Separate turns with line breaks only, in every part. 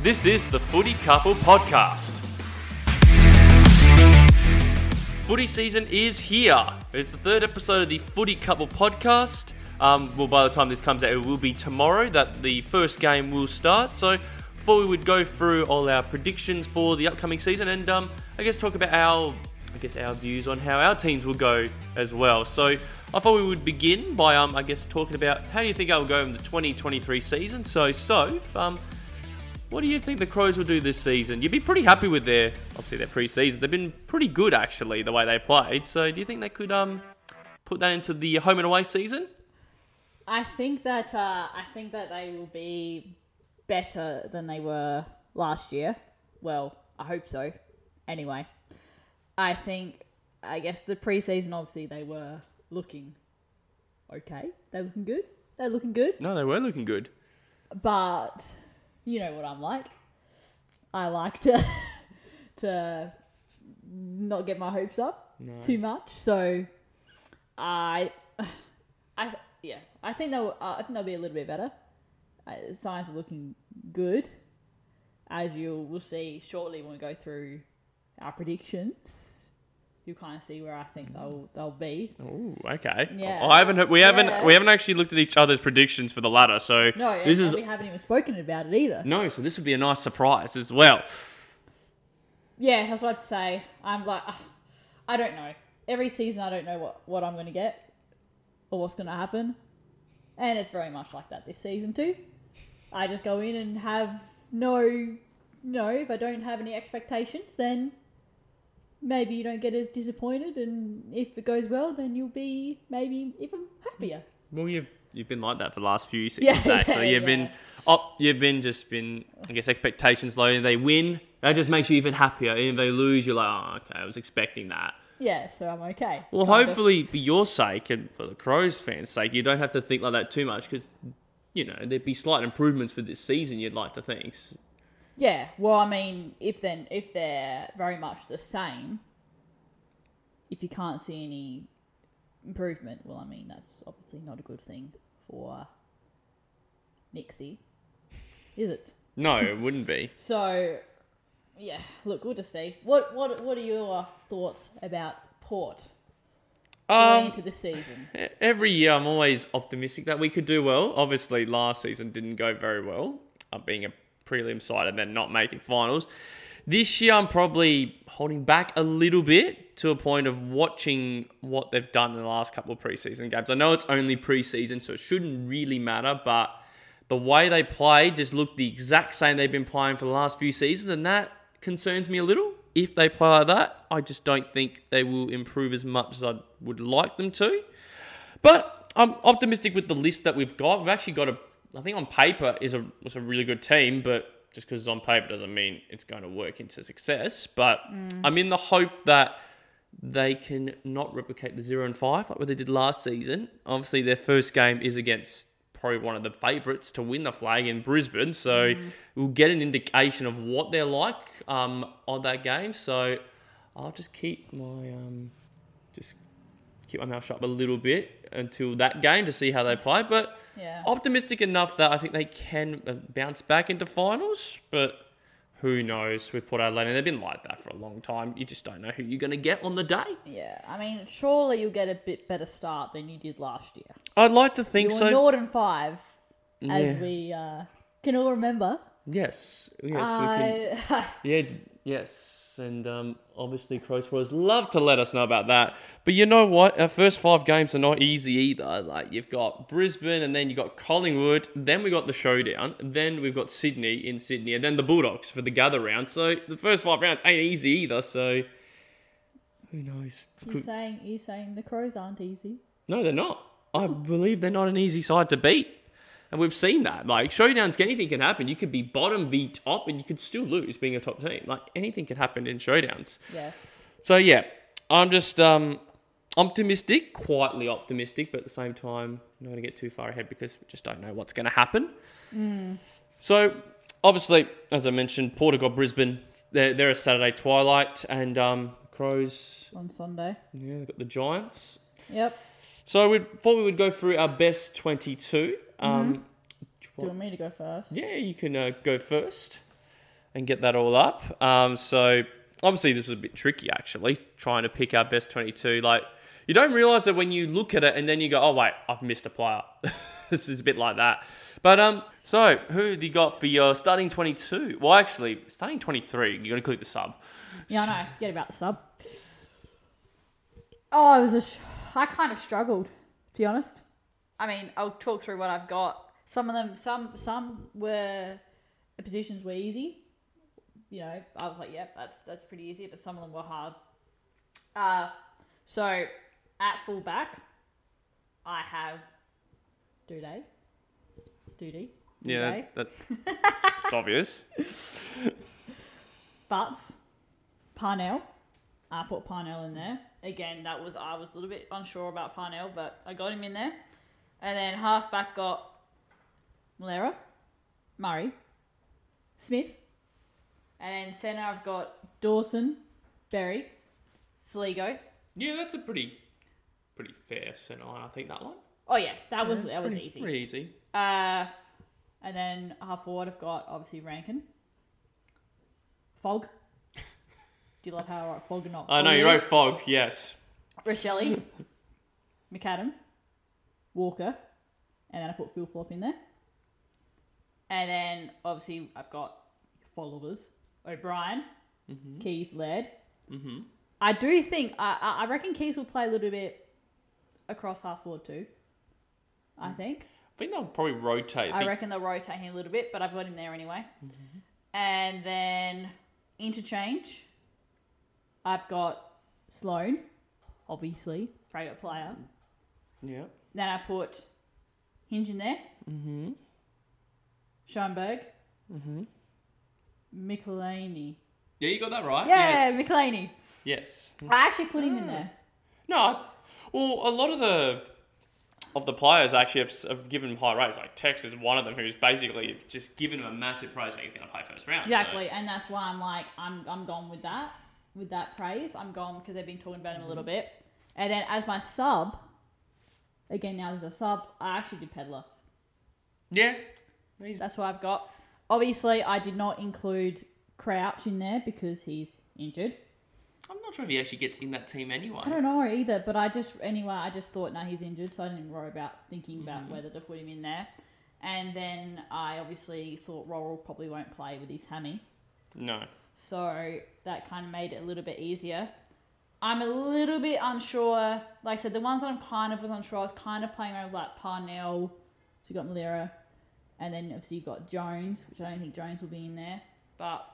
This is the Footy Couple Podcast. Footy season is here. It's the third episode of the Footy Couple Podcast. Um, well, by the time this comes out, it will be tomorrow that the first game will start. So, before we would go through all our predictions for the upcoming season, and um, I guess talk about our, I guess our views on how our teams will go as well. So, I thought we would begin by, um, I guess, talking about how do you think I will go in the 2023 season. So, so um, what do you think the Crows will do this season? You'd be pretty happy with their obviously their preseason. They've been pretty good actually the way they played. So do you think they could um put that into the home and away season?
I think that uh, I think that they will be better than they were last year. Well, I hope so. Anyway, I think I guess the preseason obviously they were looking okay. They're looking good. They're looking good.
No, they were looking good.
But you know what I'm like. I like to to not get my hopes up too much. So I I yeah, I think they'll uh, I think they'll be a little bit better. Uh, signs are looking good, as you will see shortly when we go through our predictions. You'll kind of see where I think they'll they'll be.
Ooh, Mm. okay.
Yeah.
I haven't. heard- We haven't.
Yeah.
We haven't actually looked at each other's predictions for the ladder. So
No, and-
this
and
is
we haven't even spoken about it either.
no. So this would be a nice surprise as well.
Yeah, that's what I'd say. I'm like, ugh, I don't know. Every season, I don't know what, what I'm going to get or what's going to happen. And it's very much like that this season, too. I just go in and have no, no, if I don't have any expectations, then maybe you don't get as disappointed. And if it goes well, then you'll be maybe even happier.
Well, you've you've been like that for the last few
Yeah,
seasons.
yeah,
actually, you've been
yeah.
up. You've been just been. I guess expectations low. They win. That just makes you even happier. And if they lose, you're like, oh, okay, I was expecting that.
Yeah, so I'm okay.
Well,
Kind of.
hopefully, for your sake and for the Crows fans' sake, you don't have to think like that too much because, you know, there'd be slight improvements for this season, you'd like to think. S-
Yeah. Well, I mean, if then if they're very much the same, if you can't see any improvement, well, I mean that's obviously not a good thing for Nixie, is it?
No, it wouldn't be.
So, yeah. Look, we'll just see. What what what are your thoughts about Port going
Um,
into the season?
e- every year, I'm always optimistic that we could do well. Obviously, last season didn't go very well, uh, being a prelim side and then not making finals. This year, I'm probably holding back a little bit to a point of watching what they've done in the last couple of preseason games. I know it's only preseason, so it shouldn't really matter, but the way they play just looked the exact same they've been playing for the last few seasons, and that concerns me a little. If they play like that, I just don't think they will improve as much as I would like them to. But I'm optimistic with the list that we've got. We've actually got a, I think on paper is a was a really good team, but just because it's on paper doesn't mean it's going to work into success. But I'm in the hope that they can not replicate the zero and five like what they did last season. Obviously, their first game is against probably one of the favourites to win the flag in Brisbane, so we'll get an indication of what they're like um, on that game. So I'll just keep my um, just keep my mouth shut a little bit until that game to see how they play. But
Yeah.
optimistic enough that I think they can uh, bounce back into finals. But who knows with Port Adelaide? And they've been like that for a long time. You just don't know who you're going to get on the day.
Yeah, I mean, surely you'll get a bit better start than you did last year.
I'd like to think
You were
so.
Norton five, as
Yeah.
we uh, can all remember.
yes, yes, we can.
I
Yeah, d- yes. And um, obviously, Crows Wars love to let us know about that. But you know what? Our first five games are not easy either. Like, you've got Brisbane, and then you've got Collingwood, then we got the showdown, then we've got Sydney in Sydney, and then the Bulldogs for the gather round. So the first five rounds ain't easy either. So who knows?
you
Could-
saying you saying the crows aren't easy?
No, they're not. I believe they're not an easy side to beat. And we've seen that. Like, showdowns, anything can happen. You could be bottom, be top, and you could still lose being a top team. Like, anything can happen in showdowns.
Yeah.
So yeah, I'm just um, optimistic, quietly optimistic, but at the same time, not going to get too far ahead because we just don't know what's going to happen. So obviously, as I mentioned, Porter got Brisbane. They're, they're a Saturday twilight, and um, Crows.
On Sunday.
Yeah, they've got the Giants.
Yep.
So we thought we would go through our best twenty-two. Um,
Do you want me to go first?
Yeah, you can uh, go first. and get that all up. Um, so obviously this was a bit tricky actually trying to pick our best 22 like you don't realize that when you look at it and then you go oh wait i've missed a player this is a bit like that but um so who have you got for your starting 22 well actually starting 23 you're gonna click the sub
Yeah, I know. Forget about the sub. Oh, it was a. Sh- I kind of struggled, to be honest. I mean, I'll talk through what I've got. Some of them, some some were the positions were easy. You know, I was like, yep, that's that's pretty easy. But some of them were hard. Uh, so at fullback, I have Duday, Dudy,
yeah
Duday,
that, that's obvious
Butts, Parnell. I put Parnell in there. Again, that was I was a little bit unsure about Parnell, but I got him in there. And then halfback got Malera, Murray, Smith. And then centre I've got Dawson, Berry, Sligo.
yeah that's a pretty pretty fair center line i think that one
Oh yeah, that was that was
pretty,
easy.
pretty easy
Uh, and then half forward I've got obviously Rankin. Fog. Do you love how I wrote Fog and not?
i know
Fog
you
in?
wrote fog yes
Rochelle, McAdam, Walker, and then I put Phil Flop in there. And then obviously I've got followers O'Brien, Keys led.
Mhm.
I do think I I I reckon Keys will play a little bit across half forward too. I think
i think they'll probably rotate
I
Think-
reckon they'll rotate him a little bit, but I've got him there anyway. And then interchange, I've got Sloan, obviously favorite player.
yeah
Then I put Hinge in there. Mm-hmm. Schoenberg. Mm-hmm. McElhaney.
yeah you got that right
Yeah,
yes
McElhaney.
yes
I actually put him in there.
No, I- well, a lot of the of the players actually have, s- have given him high rates. Like Tex is one of them who's basically just given him a massive praise that he's going to play first round. so-
Exactly, and that's why I'm like, I'm I'm gone with that, with that praise. I'm gone because they've been talking about him a
Mm-hmm.
little bit. And then as my sub, again now there's a sub. I actually did Peddler.
yeah, he's
That's what I've got. Obviously, I did not include Crouch in there because he's injured.
I'm not sure if he actually gets in that team
I
anyway.
don't know either, but I just anyway, I just thought no, he's injured, so I didn't worry about thinking about
Mm-hmm.
whether to put him in there. And then I obviously thought Roral probably won't play with his hammy,
No.
so that kind of made it a little bit easier. I'm a little bit unsure. Like I said, the ones that I'm kind of was unsure, I was kind of playing around with like Parnell, so you got Malira, and then obviously you got Jones, which I don't think Jones will be in there. But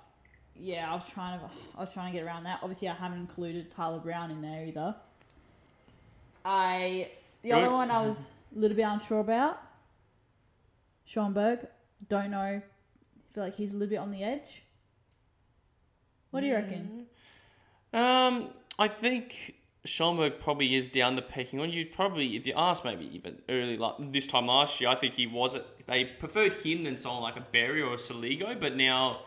yeah, I was trying to I was trying to get around that. Obviously, I haven't included Tyler Brown in there either. I the
Right.
other one I was a little bit unsure about. Schoenberg, don't know. I feel like he's a little bit on the edge. What do you reckon?
Um, I think Schomburg probably is down the pecking order. You'd probably, if you asked, maybe even early like this time last year, I think he was. They preferred him than someone like a Berry or a Saligo, but now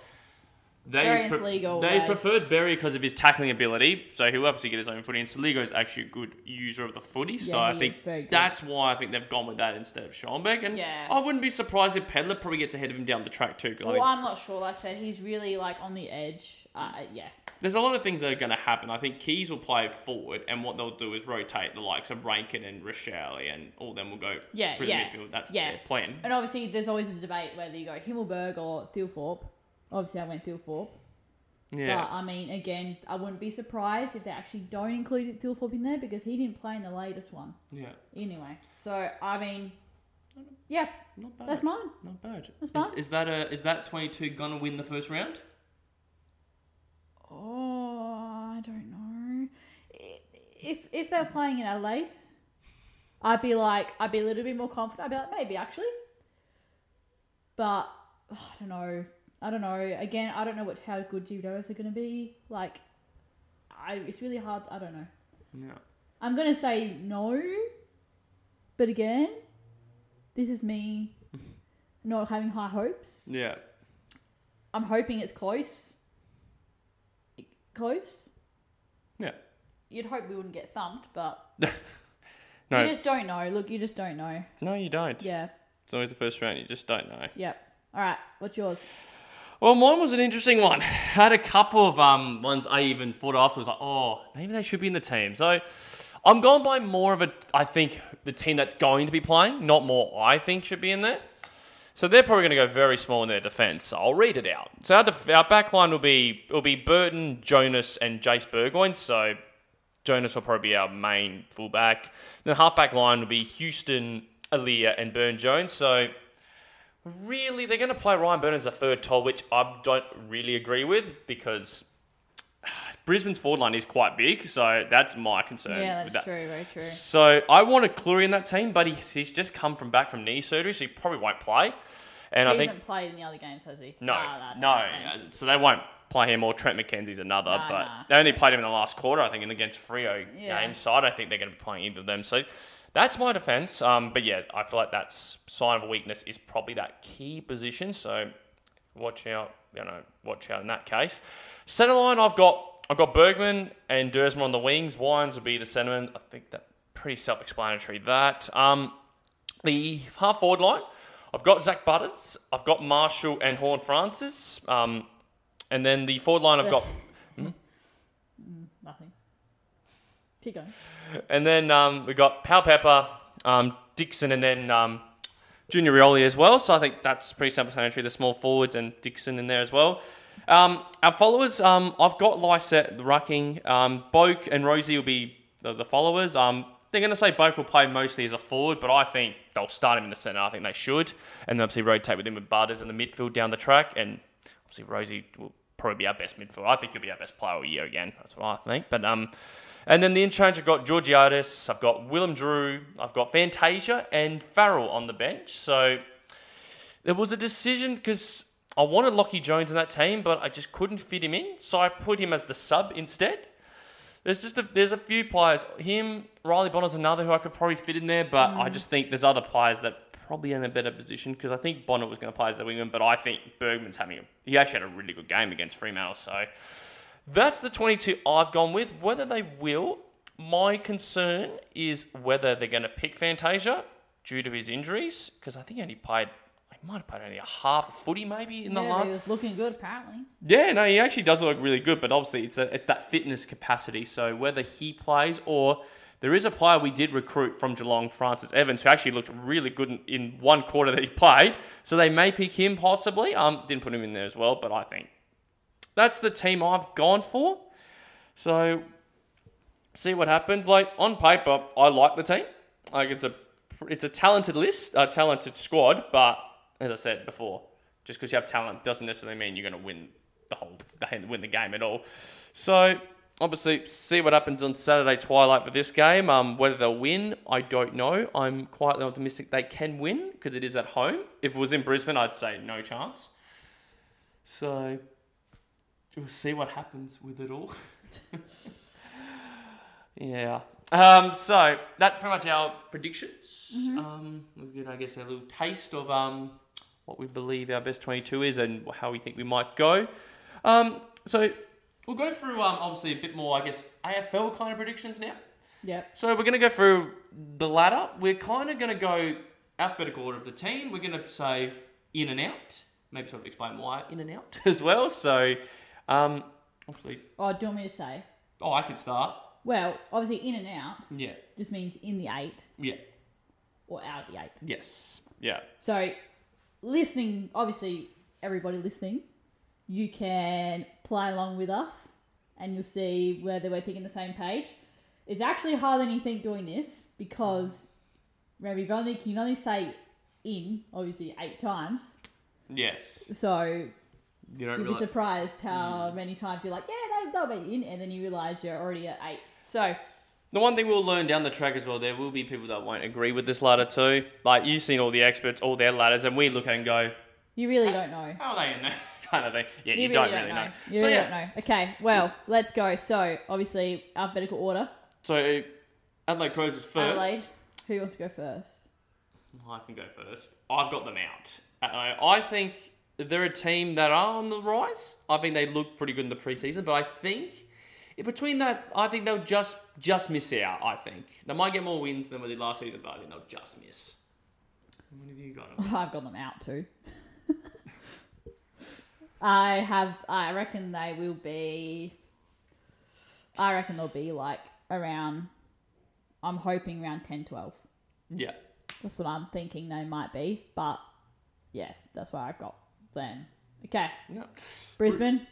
they
Berry and Saligo
they
away.
preferred Berry because of his tackling ability. So he helps to get his own footy, and Saligo is actually a good user of the footy. so
Yeah,
I
he is very
think
good.
that's why I think they've gone with that instead of Schomburg. And
Yeah.
I wouldn't be surprised if Pedler probably gets ahead of him down the track too. 'cause I
Well,
think
I'm not sure. Like I said, he's really like on the edge. Uh, yeah,
There's a lot of things that are going to happen. I think Keys will play forward, and what they'll do is rotate the likes of Rankin and Rochelle, and all them will go
Yeah,
through
yeah,
the midfield. That's
yeah. Uh,
their plan.
and obviously there's always a debate whether you go Himmelberg or Thielthorpe. Obviously, I went Thielthorpe.
Yeah.
But I mean, again, I wouldn't be surprised if they actually don't include Thielthorpe in there because he didn't play in the latest one
yeah.
anyway. So I mean, yeah,
Not bad.
that's mine.
Not bad.
That's
is,
mine.
is that a is that 22 going to win the first round?
Oh, I don't know. If if they're playing in Adelaide, I'd be like, I'd be a little bit more confident. I'd be like, maybe actually. But oh, I don't know. I don't know. Again, I don't know what how good judoers are going to be. Like, I it's really hard. I don't know.
No.
I'm gonna say no, but again, this is me not having high hopes.
Yeah.
I'm hoping it's close. Close.
Yeah.
You'd hope we wouldn't get thumped, but
No.
you just don't know. Look, you just don't know.
no, you don't.
Yeah,
It's always the first round. You just don't know.
yeah. All right, what's yours?
Well, mine was an interesting one. had a couple of um, ones I even thought afterwards, like, oh, maybe they should be in the team. So I'm going by more of a, I think, the team that's going to be playing, not more I think should be in there. So they're probably going to go very small in their defence. So I'll read it out. So our, def- our back line will be, will be Burton, Jonas, and Jace Burgoyne. So Jonas will probably be our main fullback. Then halfback line will be Houston, Aaliyah, and Burn Jones. So really, they're going to play Ryan Burn as a third tall, which I don't really agree with because Brisbane's forward line is quite big. So that's my concern.
Yeah,
with
that's
that.
true. Very true.
So I wanted Clurey in that team, but he's, he's just come from back from knee surgery, so he probably won't play. And I
he
think
hasn't played in the other games, has he?
no,
Ah, that's
no.
right.
uh, So they won't play him or Trent McKenzie's another.
Nah,
but
nah.
they only played him in the last quarter, I think, and against Frio
Yeah.
game. So I don't think they're going to be playing either of them. So that's my defense. Um, but yeah, I feel like that's sign of weakness is probably that key position. So watch out, you know, watch out in that case. Centre line, I've got I've got Bergman and Dersma on the wings. Wines would be the centerman. I think that pretty self-explanatory. That um, the half forward line, I've got Zach Butters, I've got Marshall and Horn Francis, um, and then the forward line I've got,
Nothing. Keep going.
and then um, we got Pal Pepper, um, Dixon, and then um, Junior Rioli as well. So I think that's pretty self-explanatory. The small forwards and Dixon in there as well. Um, our followers, um, I've got Lysette, the Rucking, um, Boke, and Rosie will be the, the followers. Um, they're going to say Boke will play mostly as a forward, but I think they'll start him in the centre. I think they should, and then obviously rotate with him with Butters in the midfield down the track, and obviously Rosie will probably be our best midfield. I think he'll be our best player all year again. That's what I think. But um, and then the interchange, I've got Georgiadis, I've got Willem Drew, I've got Fantasia and Farrell on the bench. So there was a decision because I wanted Lockie Jones in that team, but I just couldn't fit him in, so I put him as the sub instead. There's just a, there's a few players. Him, Riley Bonner's another who I could probably fit in there, but I
Mm.
just think there's other players that probably in a better position because I think Bonner was going to play as the wingman, but I think Bergman's having a, he actually had a really good game against Fremantle, so that's the 22 I've gone with. Whether they will, my concern is whether they're going to pick Fantasia due to his injuries because I think he only played, he might have played only a half a footy maybe in the
yeah,
last.
but he was looking good apparently.
Yeah, no, he actually does look really good, but obviously it's a, it's that fitness capacity. So whether he plays or there is a player we did recruit from Geelong, Francis Evans, who actually looked really good in, in one quarter that he played. So they may pick him possibly. Um, didn't put him in there as well, but I think that's the team I've gone for. So see what happens. Like on paper, I like the team. Like it's a it's a talented list, a talented squad. But as I said before, just because you have talent doesn't necessarily mean you're going to win the whole win the game at all. So obviously, see what happens on Saturday twilight for this game. Um, whether they'll win, I don't know. I'm quietly optimistic they can win because it is at home. If it was in Brisbane, I'd say no chance. So we'll see what happens with it all. Yeah. Um, so that's pretty much our predictions. Um, we've given, I guess, a little taste of um, what we believe our best 22 is and how we think we might go. Um, so we'll go through, um, obviously, a bit more, I guess, AFL kind of predictions now.
Yep.
So we're going to go through the ladder. We're kind of going to go alphabetical order of the team. We're going to say in and out. Maybe sort of explain why in and out as well. So, um, obviously,
Oh, do you want me to say?
oh, I can start.
Well, obviously, in and out
Yeah.
just means in the eight
Yeah.
or out of the eight.
Yes. Yeah.
So, listening, obviously, everybody listening, you can play along with us and you'll see whether we're thinking the same page. It's actually harder than you think doing this because remember, you've only, you can only say in, obviously, eight times.
Yes.
So,
You don't
you'd be
realize.
surprised
Hmm.
how many times you're like, yeah, they'll be in, and then you realise you're already at eight. So,
The one thing we'll learn down the track as well, there will be people that won't agree with this ladder too. Like you've seen all the experts, all their ladders, and we look at it and go,
you really don't know.
"How are they in there?" kind of thing. Yeah, you,
really
don't really know.
You
so
really
yeah,
don't know. Okay, well, let's go. So, obviously, alphabetical order.
so Adelaide Crows is first.
Adelaide. Who wants to go first?
I can go first. I've got them out. Adelaide. I think they're a team that are on the rise. I think they look pretty good in the preseason, but I think in between that, I think they'll just just miss out. I think they might get more wins than we did last season, but I think they'll just miss. What have you got?
I've got them out too. I have. I reckon they will be. I reckon they'll be like around. I'm hoping around 10, 12.
Yeah.
That's what I'm thinking they might be. But yeah, that's where I've got them. Okay,
No.
Brisbane.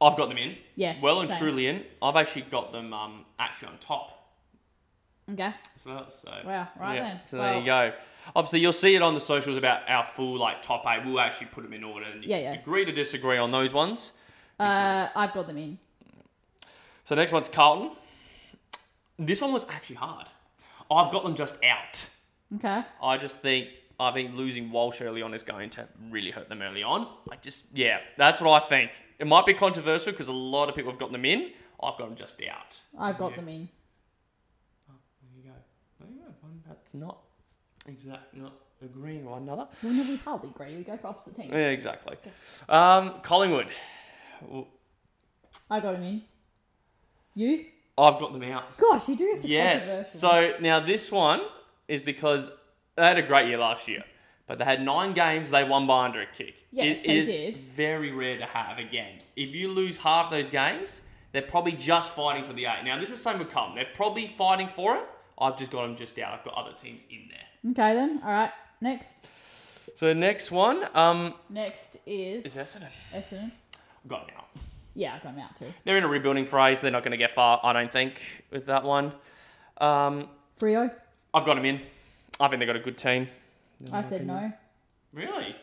I've got them in.
Yeah,
Well and
same.
truly in. I've actually got them um, actually on top
Okay.
as well. So
Wow, right
Yeah,
then.
So there you go. Obviously, you'll see it on the socials about our full like top eight. We'll actually put them in order. And you
Yeah, yeah.
Agree to disagree on those ones.
Uh, I've got them in.
So next one's Carlton. This one was actually hard. I've got them just out.
Okay.
I just think I think losing Walsh early on is going to really hurt them early on. I just yeah, that's what I think. It might be controversial because a lot of people have gotten them in. I've got them just out.
I've got
Yeah.
them in.
There you go. There you go. One that's not exact, not agreeing with another.
Well, no, we hardly agree. We go for opposite teams.
Yeah, exactly. Um, Collingwood.
I got them in. You?
I've got them out.
Gosh, you do have some
Yes.
controversial-
So now this one is because they had a great year last year, but they had nine games they won by under a kick.
Yes,
it
they
is
did.
very rare to have again. If you lose half those games, they're probably just fighting for the eight. Now this is the same with Cum. They're probably fighting for it. I've just got them just out. I've got other teams in there.
Okay then. All right. Next.
So the next one um,
Next is,
is Essendon.
Essendon.
Got them out.
Yeah, I got them out too.
They're in a rebuilding phase. They're not going to get far, I don't think, with that one. Um,
Frio.
I've got them in. I think they've got a good team.
I said no.
Really?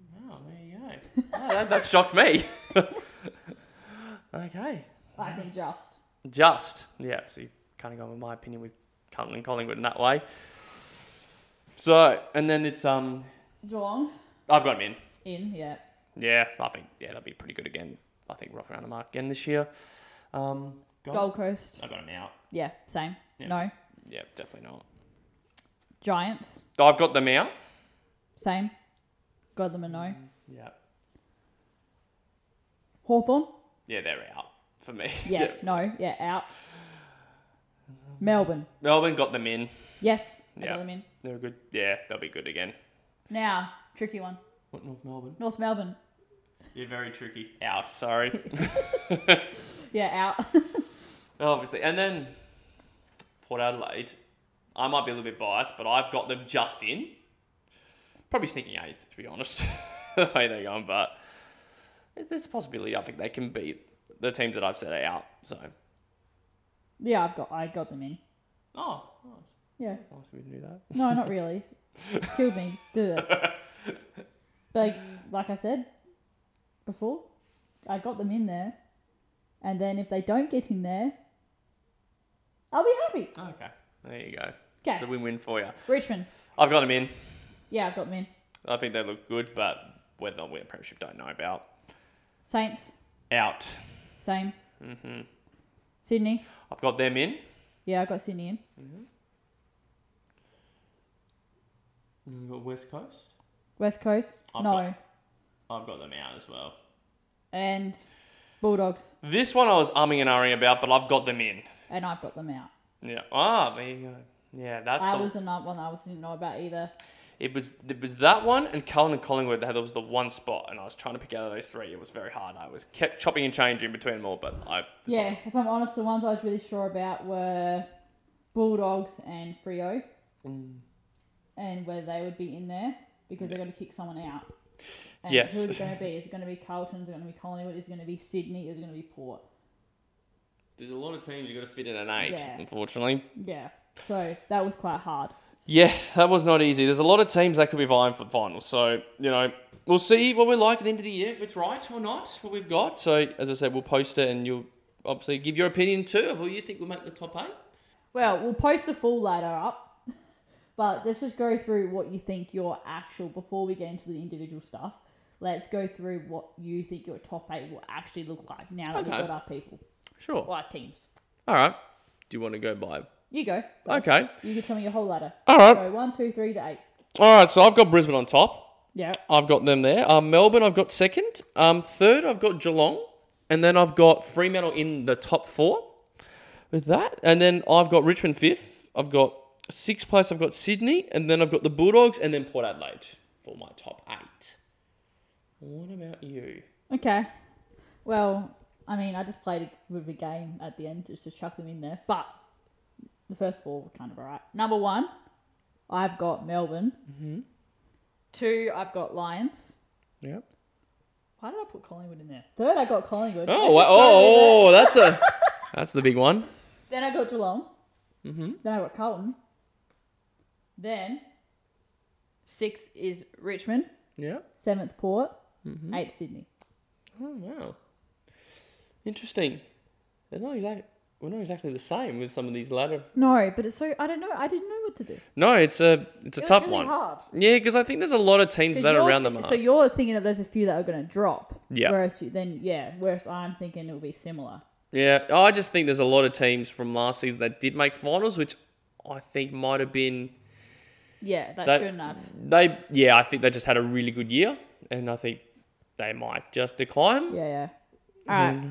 Mm-hmm. Wow, there you go. Wow, that, that shocked me. okay.
I think just.
Just. Yeah, so you kind of gone with my opinion with Carlton and Collingwood in that way. So, and then it's, um,
Geelong.
I've got him
In, yeah.
in. Yeah, I think, yeah, that'd be pretty good again. I think rough around the mark again this year. Um, Gold-
Gold Coast.
I've got him out.
Yeah, same.
Yeah.
No.
Yeah, definitely not.
Giants.
I've got them out.
Same. Got them a no.
Yeah.
Hawthorn.
Yeah, they're out for me.
Yeah. No. Yeah. Out. Melbourne.
Melbourne got them in.
Yes. I
Yeah.
got them in.
They're good. Yeah, they'll be good again.
Now, tricky one.
What North Melbourne?
North Melbourne.
You're very tricky. Out. Sorry.
Yeah, out.
Obviously, and then Port Adelaide. I might be a little bit biased, but I've got them just in. Probably sneaking eighth, to be honest. the way they're going, but there's- there's a possibility. I think they can beat the teams that I've set out. So,
yeah, I've got I got them in.
oh, nice.
Yeah.
Nice of you to do that.
No, not really. Killed me. Do it. But like I said before, I got them in there, and then if they don't get in there, I'll be happy.
Okay, there you go.
Okay.
It's a win-win for you.
Richmond.
I've got them in.
Yeah, I've got them in.
I think they look good, but whether they'll win a premiership, don't know about.
Saints.
Out.
Same. Mm-hmm. Sydney.
I've got them in.
Yeah, I got Sydney in.
Mm-hmm. We've got West Coast.
West Coast.
I've
no.
got- I've got them out as well.
And Bulldogs.
This one I was umming and ahhing about, but I've got them in.
And I've got them out.
Yeah. Ah, there you go. Yeah, that's
I
the.
was another one I was didn't know about either.
It was it was that one and Cullen and Collingwood. That was the one spot, and I was trying to pick out of those three. It was very hard. I was kept chopping and changing between them all, but I. decided-
Yeah, if I'm honest, the ones I was really sure about were Bulldogs and Frio, and whether they would be in there because they're going to kick someone out. And
Yes.
Who is it going to be? Is it going to be Carlton? Is it going to be Collingwood? Is it going to be Sydney? Is it going to be Port?
There's a lot of teams you got to fit in an eight,
Yeah.
unfortunately.
Yeah. So that was quite hard.
Yeah, that was not easy. There's a lot of teams that could be vying for the final. So, you know, we'll see what we like at the end of the year, if it's right or not, what we've got. So, as I said, we'll post it and you'll obviously give your opinion too of who you think will make the top eight.
Well, we'll post the full ladder up, but let's just go through what you think your actual before we get into the individual stuff. Let's go through what you think your top eight will actually look like now that
Okay.
we've got our people,
Sure.
or our teams.
All right. Do you want to go by?
You go. first.
Okay. Uh,
You can tell me your whole ladder.
All right.
So one, two, three to eight.
All right. So, I've got Brisbane on top.
Yeah.
I've got them there. Um, Melbourne, I've got second. Um, third, I've got Geelong. And then I've got Fremantle in the top four with that. And then I've got Richmond fifth. I've got sixth place. I've got Sydney. And then I've got the Bulldogs and then Port Adelaide. for my top eight. What about you?
Okay. Well, I mean, I just played a bit of a game at the end just to chuck them in there. But the first four were kind of alright. Number one, I've got Melbourne.
Mm-hmm.
Two, I've got Lions.
Yep.
Why did I put Collingwood in there? Third, I got Collingwood. I
Oh,
just
wow.
put it in there.
oh, that's a that's the big one.
Then I got Geelong.
Mm-hmm.
Then I got Carlton. Then sixth is Richmond.
Yeah.
Seventh Port.
Mm-hmm.
Eighth Sydney.
Oh wow. Interesting. They're not exact. We're not exactly the same with some of these latter.
No, but it's so I don't know. I didn't know what to do.
No, it's a it's a
It was
tough
really
one.
Hard.
Yeah, because I think there's a lot of teams
'Cause
that are
you're
around the
thi-
mark.
So you're thinking that there's a few that are going to drop.
Yeah.
Whereas you, then, yeah. Whereas I'm thinking it'll be similar.
Yeah, I just think there's a lot of teams from last season that did make finals, which I think might have been
Yeah, that's
That-
true enough.
they. Yeah, I think they just had a really good year, and I think they might just decline.
Yeah, yeah. All right.
Mm-hmm.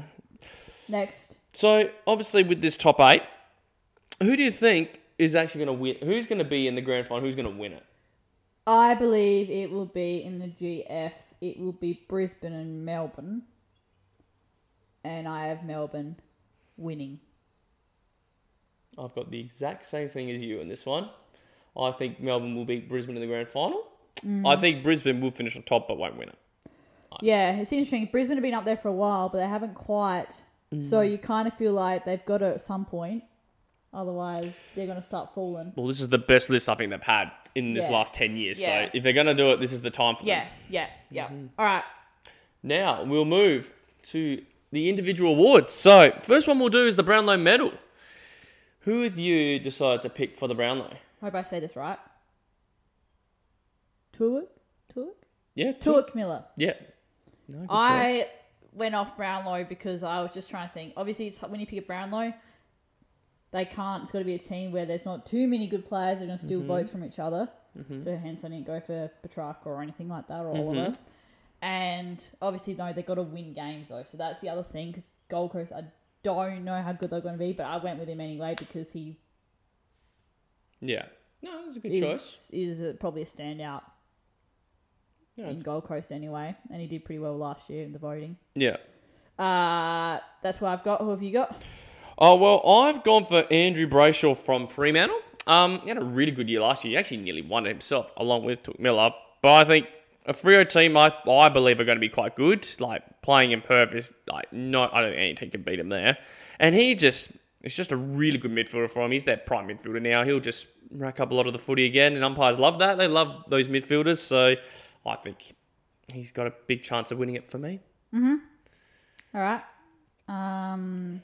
Next,
So obviously, with this top eight, who do you think is actually going to win? Who's going to be in the grand final? Who's going to win it?
I believe it will be in the GF. It will be Brisbane and Melbourne, and I have Melbourne winning.
I've got the exact same thing as you in this one. I think Melbourne will beat Brisbane in the grand final.
Mm.
I think Brisbane will finish on top but won't win it.
Yeah, it's interesting. Brisbane have been up there for a while, but they haven't quite. So you kind of feel like they've got to at some point. Otherwise, they're going to start falling.
Well, this is the best list I think they've had in this
Yeah.
last 10 years.
Yeah.
So if they're going to do it, this is the time for
Yeah,
them.
yeah, yeah. All right.
Now we'll move to the individual awards. So first one we'll do is the Brownlow medal. Who have you decided to pick for the Brownlow?
Hope I say this right. Tuuk? Tuuk?
Yeah, two.
Tuuk Miller.
Yeah. No, good choice.
I went off Brownlow because I was just trying to think. Obviously, it's when you pick a Brownlow, they can't. It's got to be a team where there's not too many good players that are going to steal
Mm-hmm.
votes from each other. So hence, I didn't go for Petrarca or anything like that or
Mm-hmm.
Oliver. And obviously, no, they got to win games though. So that's the other thing. 'cause Gold Coast, I don't know how good they're going to be, but I went with him anyway because he
Yeah. No, it was a good choice.
is is a, probably a standout
Yeah,
in
it's-
Gold Coast anyway, and he did pretty well last year in the voting.
yeah.
Uh, that's what I've got. Who have you got?
Oh well, I've gone for Andrew Brayshaw from Fremantle. Um, he had a really good year last year. He actually nearly won it himself, along with Took Miller. But I think a Frio team, I I believe, are going to be quite good. Like playing in Perth is like no, I don't think any team can beat him there. And he just, it's just a really good midfielder for him. He's their prime midfielder now. He'll just rack up a lot of the footy again, and umpires love that. They love those midfielders. So I think he's got a big chance of winning it for me.
All right. Um,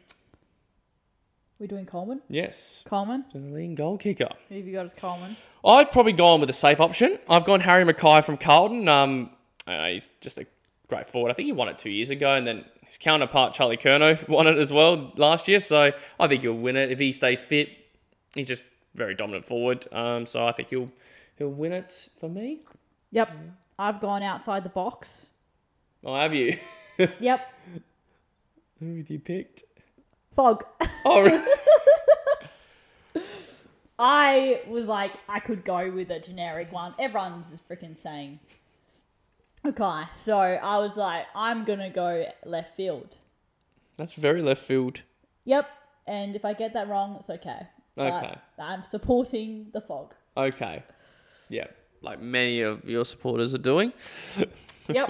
we're doing Coleman.
Yes,
Coleman.
the leading goal kicker.
Who have you got as Coleman?
I've probably gone with a safe option. I've gone Harry Mackay from Carlton. Um, uh, he's just a great forward. I think he won it two years ago, and then his counterpart Charlie Kerno won it as well last year. So I think he'll win it if he stays fit. He's just very dominant forward. Um, so I think he'll he'll win it for me.
Yep. I've gone outside the box.
Oh, have you?
Yep.
Who have you picked?
Fog.
Oh, really?
I was like, I could go with a generic one. Everyone's is freaking saying. Okay, so I was like, I'm gonna go left field.
that's very left field.
Yep. And if I get that wrong, it's okay. But
Okay.
I'm supporting the fog.
Okay, yeah, like many of your supporters are doing.
Yep.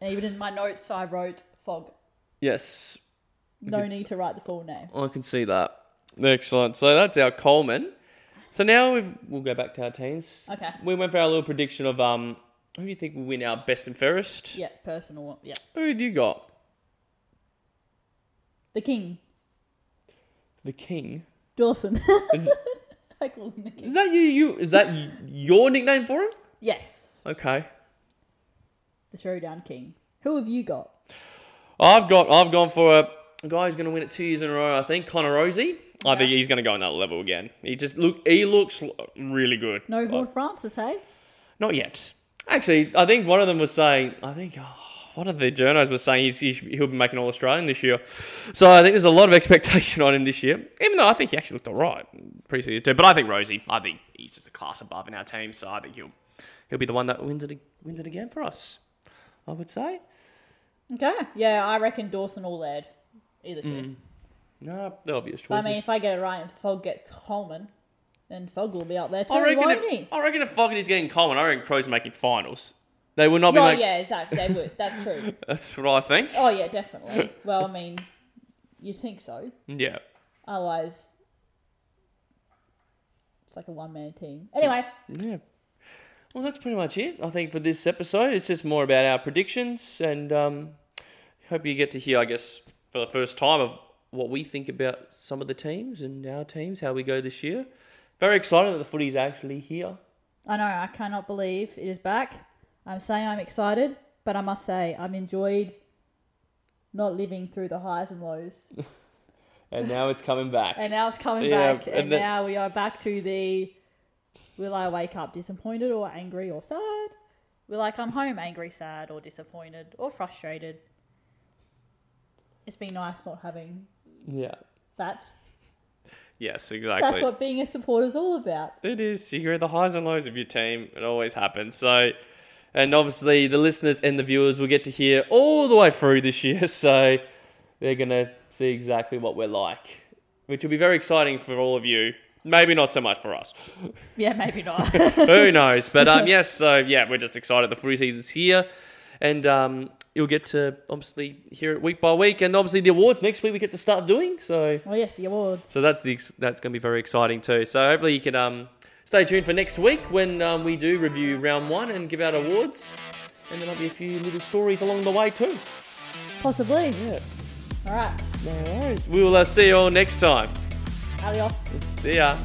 and even in my notes, I wrote fog.
Yes,
No
It's-
need to write the full name.
I can see that. Excellent. So that's our Coleman. So now we've, we'll go back to our teams.
Okay.
We went for our little prediction of um, who do you think will win our best and fairest?
Yeah, personal. one. Yeah.
Who do you got?
The king,
The king.
Dawson.
Is,
I call him the king.
is that you? You is that y- your nickname for him?
Yes.
Okay.
The showdown king. Who have you got?
I've got. I've gone for a, a guy who's going to win it two years in a row. I think Connor Rosie. I
Yeah.
think he's going to go on that level again. He just look. He looks l- really good.
No
Like,
Horde Francis, hey?
Not yet. Actually, I think one of them was saying, I think oh, one of the journos was saying he's, he should, he'll be making All Australian this year. So I think there's a lot of expectation on him this year, even though I think he actually looked all right in preseason too. But I think Rosie, I think he's just a class above in our team, so I think he'll he'll be the one that wins it wins it again for us. I would say.
Okay. Yeah, I reckon Dawson or Laird. Either two.
No, the obvious
But I
choices.
mean, if I get it right and Fogg gets Coleman, then Fogg will be up there too,
I reckon
won't he?
if I reckon if Fogarty's getting Coleman, I reckon Crow's making finals. They will not be
Oh,
making.
yeah, exactly. They would. That's true.
That's what I think.
Oh, yeah, definitely. Well, I mean, you think so.
Yeah.
Otherwise, it's like a one man team. Anyway,
Yeah. Well, that's pretty much it. I think for this episode, it's just more about our predictions, and um, hope you get to hear, I guess, for the first time of what we think about some of the teams and our teams, how we go this year. Very excited that the footy is actually here.
I know, I cannot believe it is back. I'm saying I'm excited, but I must say, I've enjoyed not living through the highs and lows.
And now it's coming back.
And now it's coming
Yeah,
back,
and
and,
then-
now we are back to the will I wake up disappointed or angry or sad? Will I come home angry, sad, or disappointed or frustrated? It's been nice not having
yeah.
that.
Yes,
That's
exactly.
what being a supporter is all about.
It is. You hear the highs and lows of your team. It always happens. So, and obviously the listeners and the viewers will get to hear all the way through this year. So they're gonna see exactly what we're like, which will be very exciting for all of you. Maybe not so much for us.
Yeah, maybe not.
Who knows? But um, yes. So yeah, we're just excited. The free season's here, and um, you'll get to obviously hear it week by week. And obviously the awards next week we get to start doing. So
well, yes, the awards.
so that's the ex- that's going to be very exciting too. So hopefully you can um, stay tuned for next week when um, we do review round one and give out awards, and there'll be a few little stories along the way too.
possibly.
Yeah,
All right.
no worries. We will uh, see you all next time.
Adios.
See ya.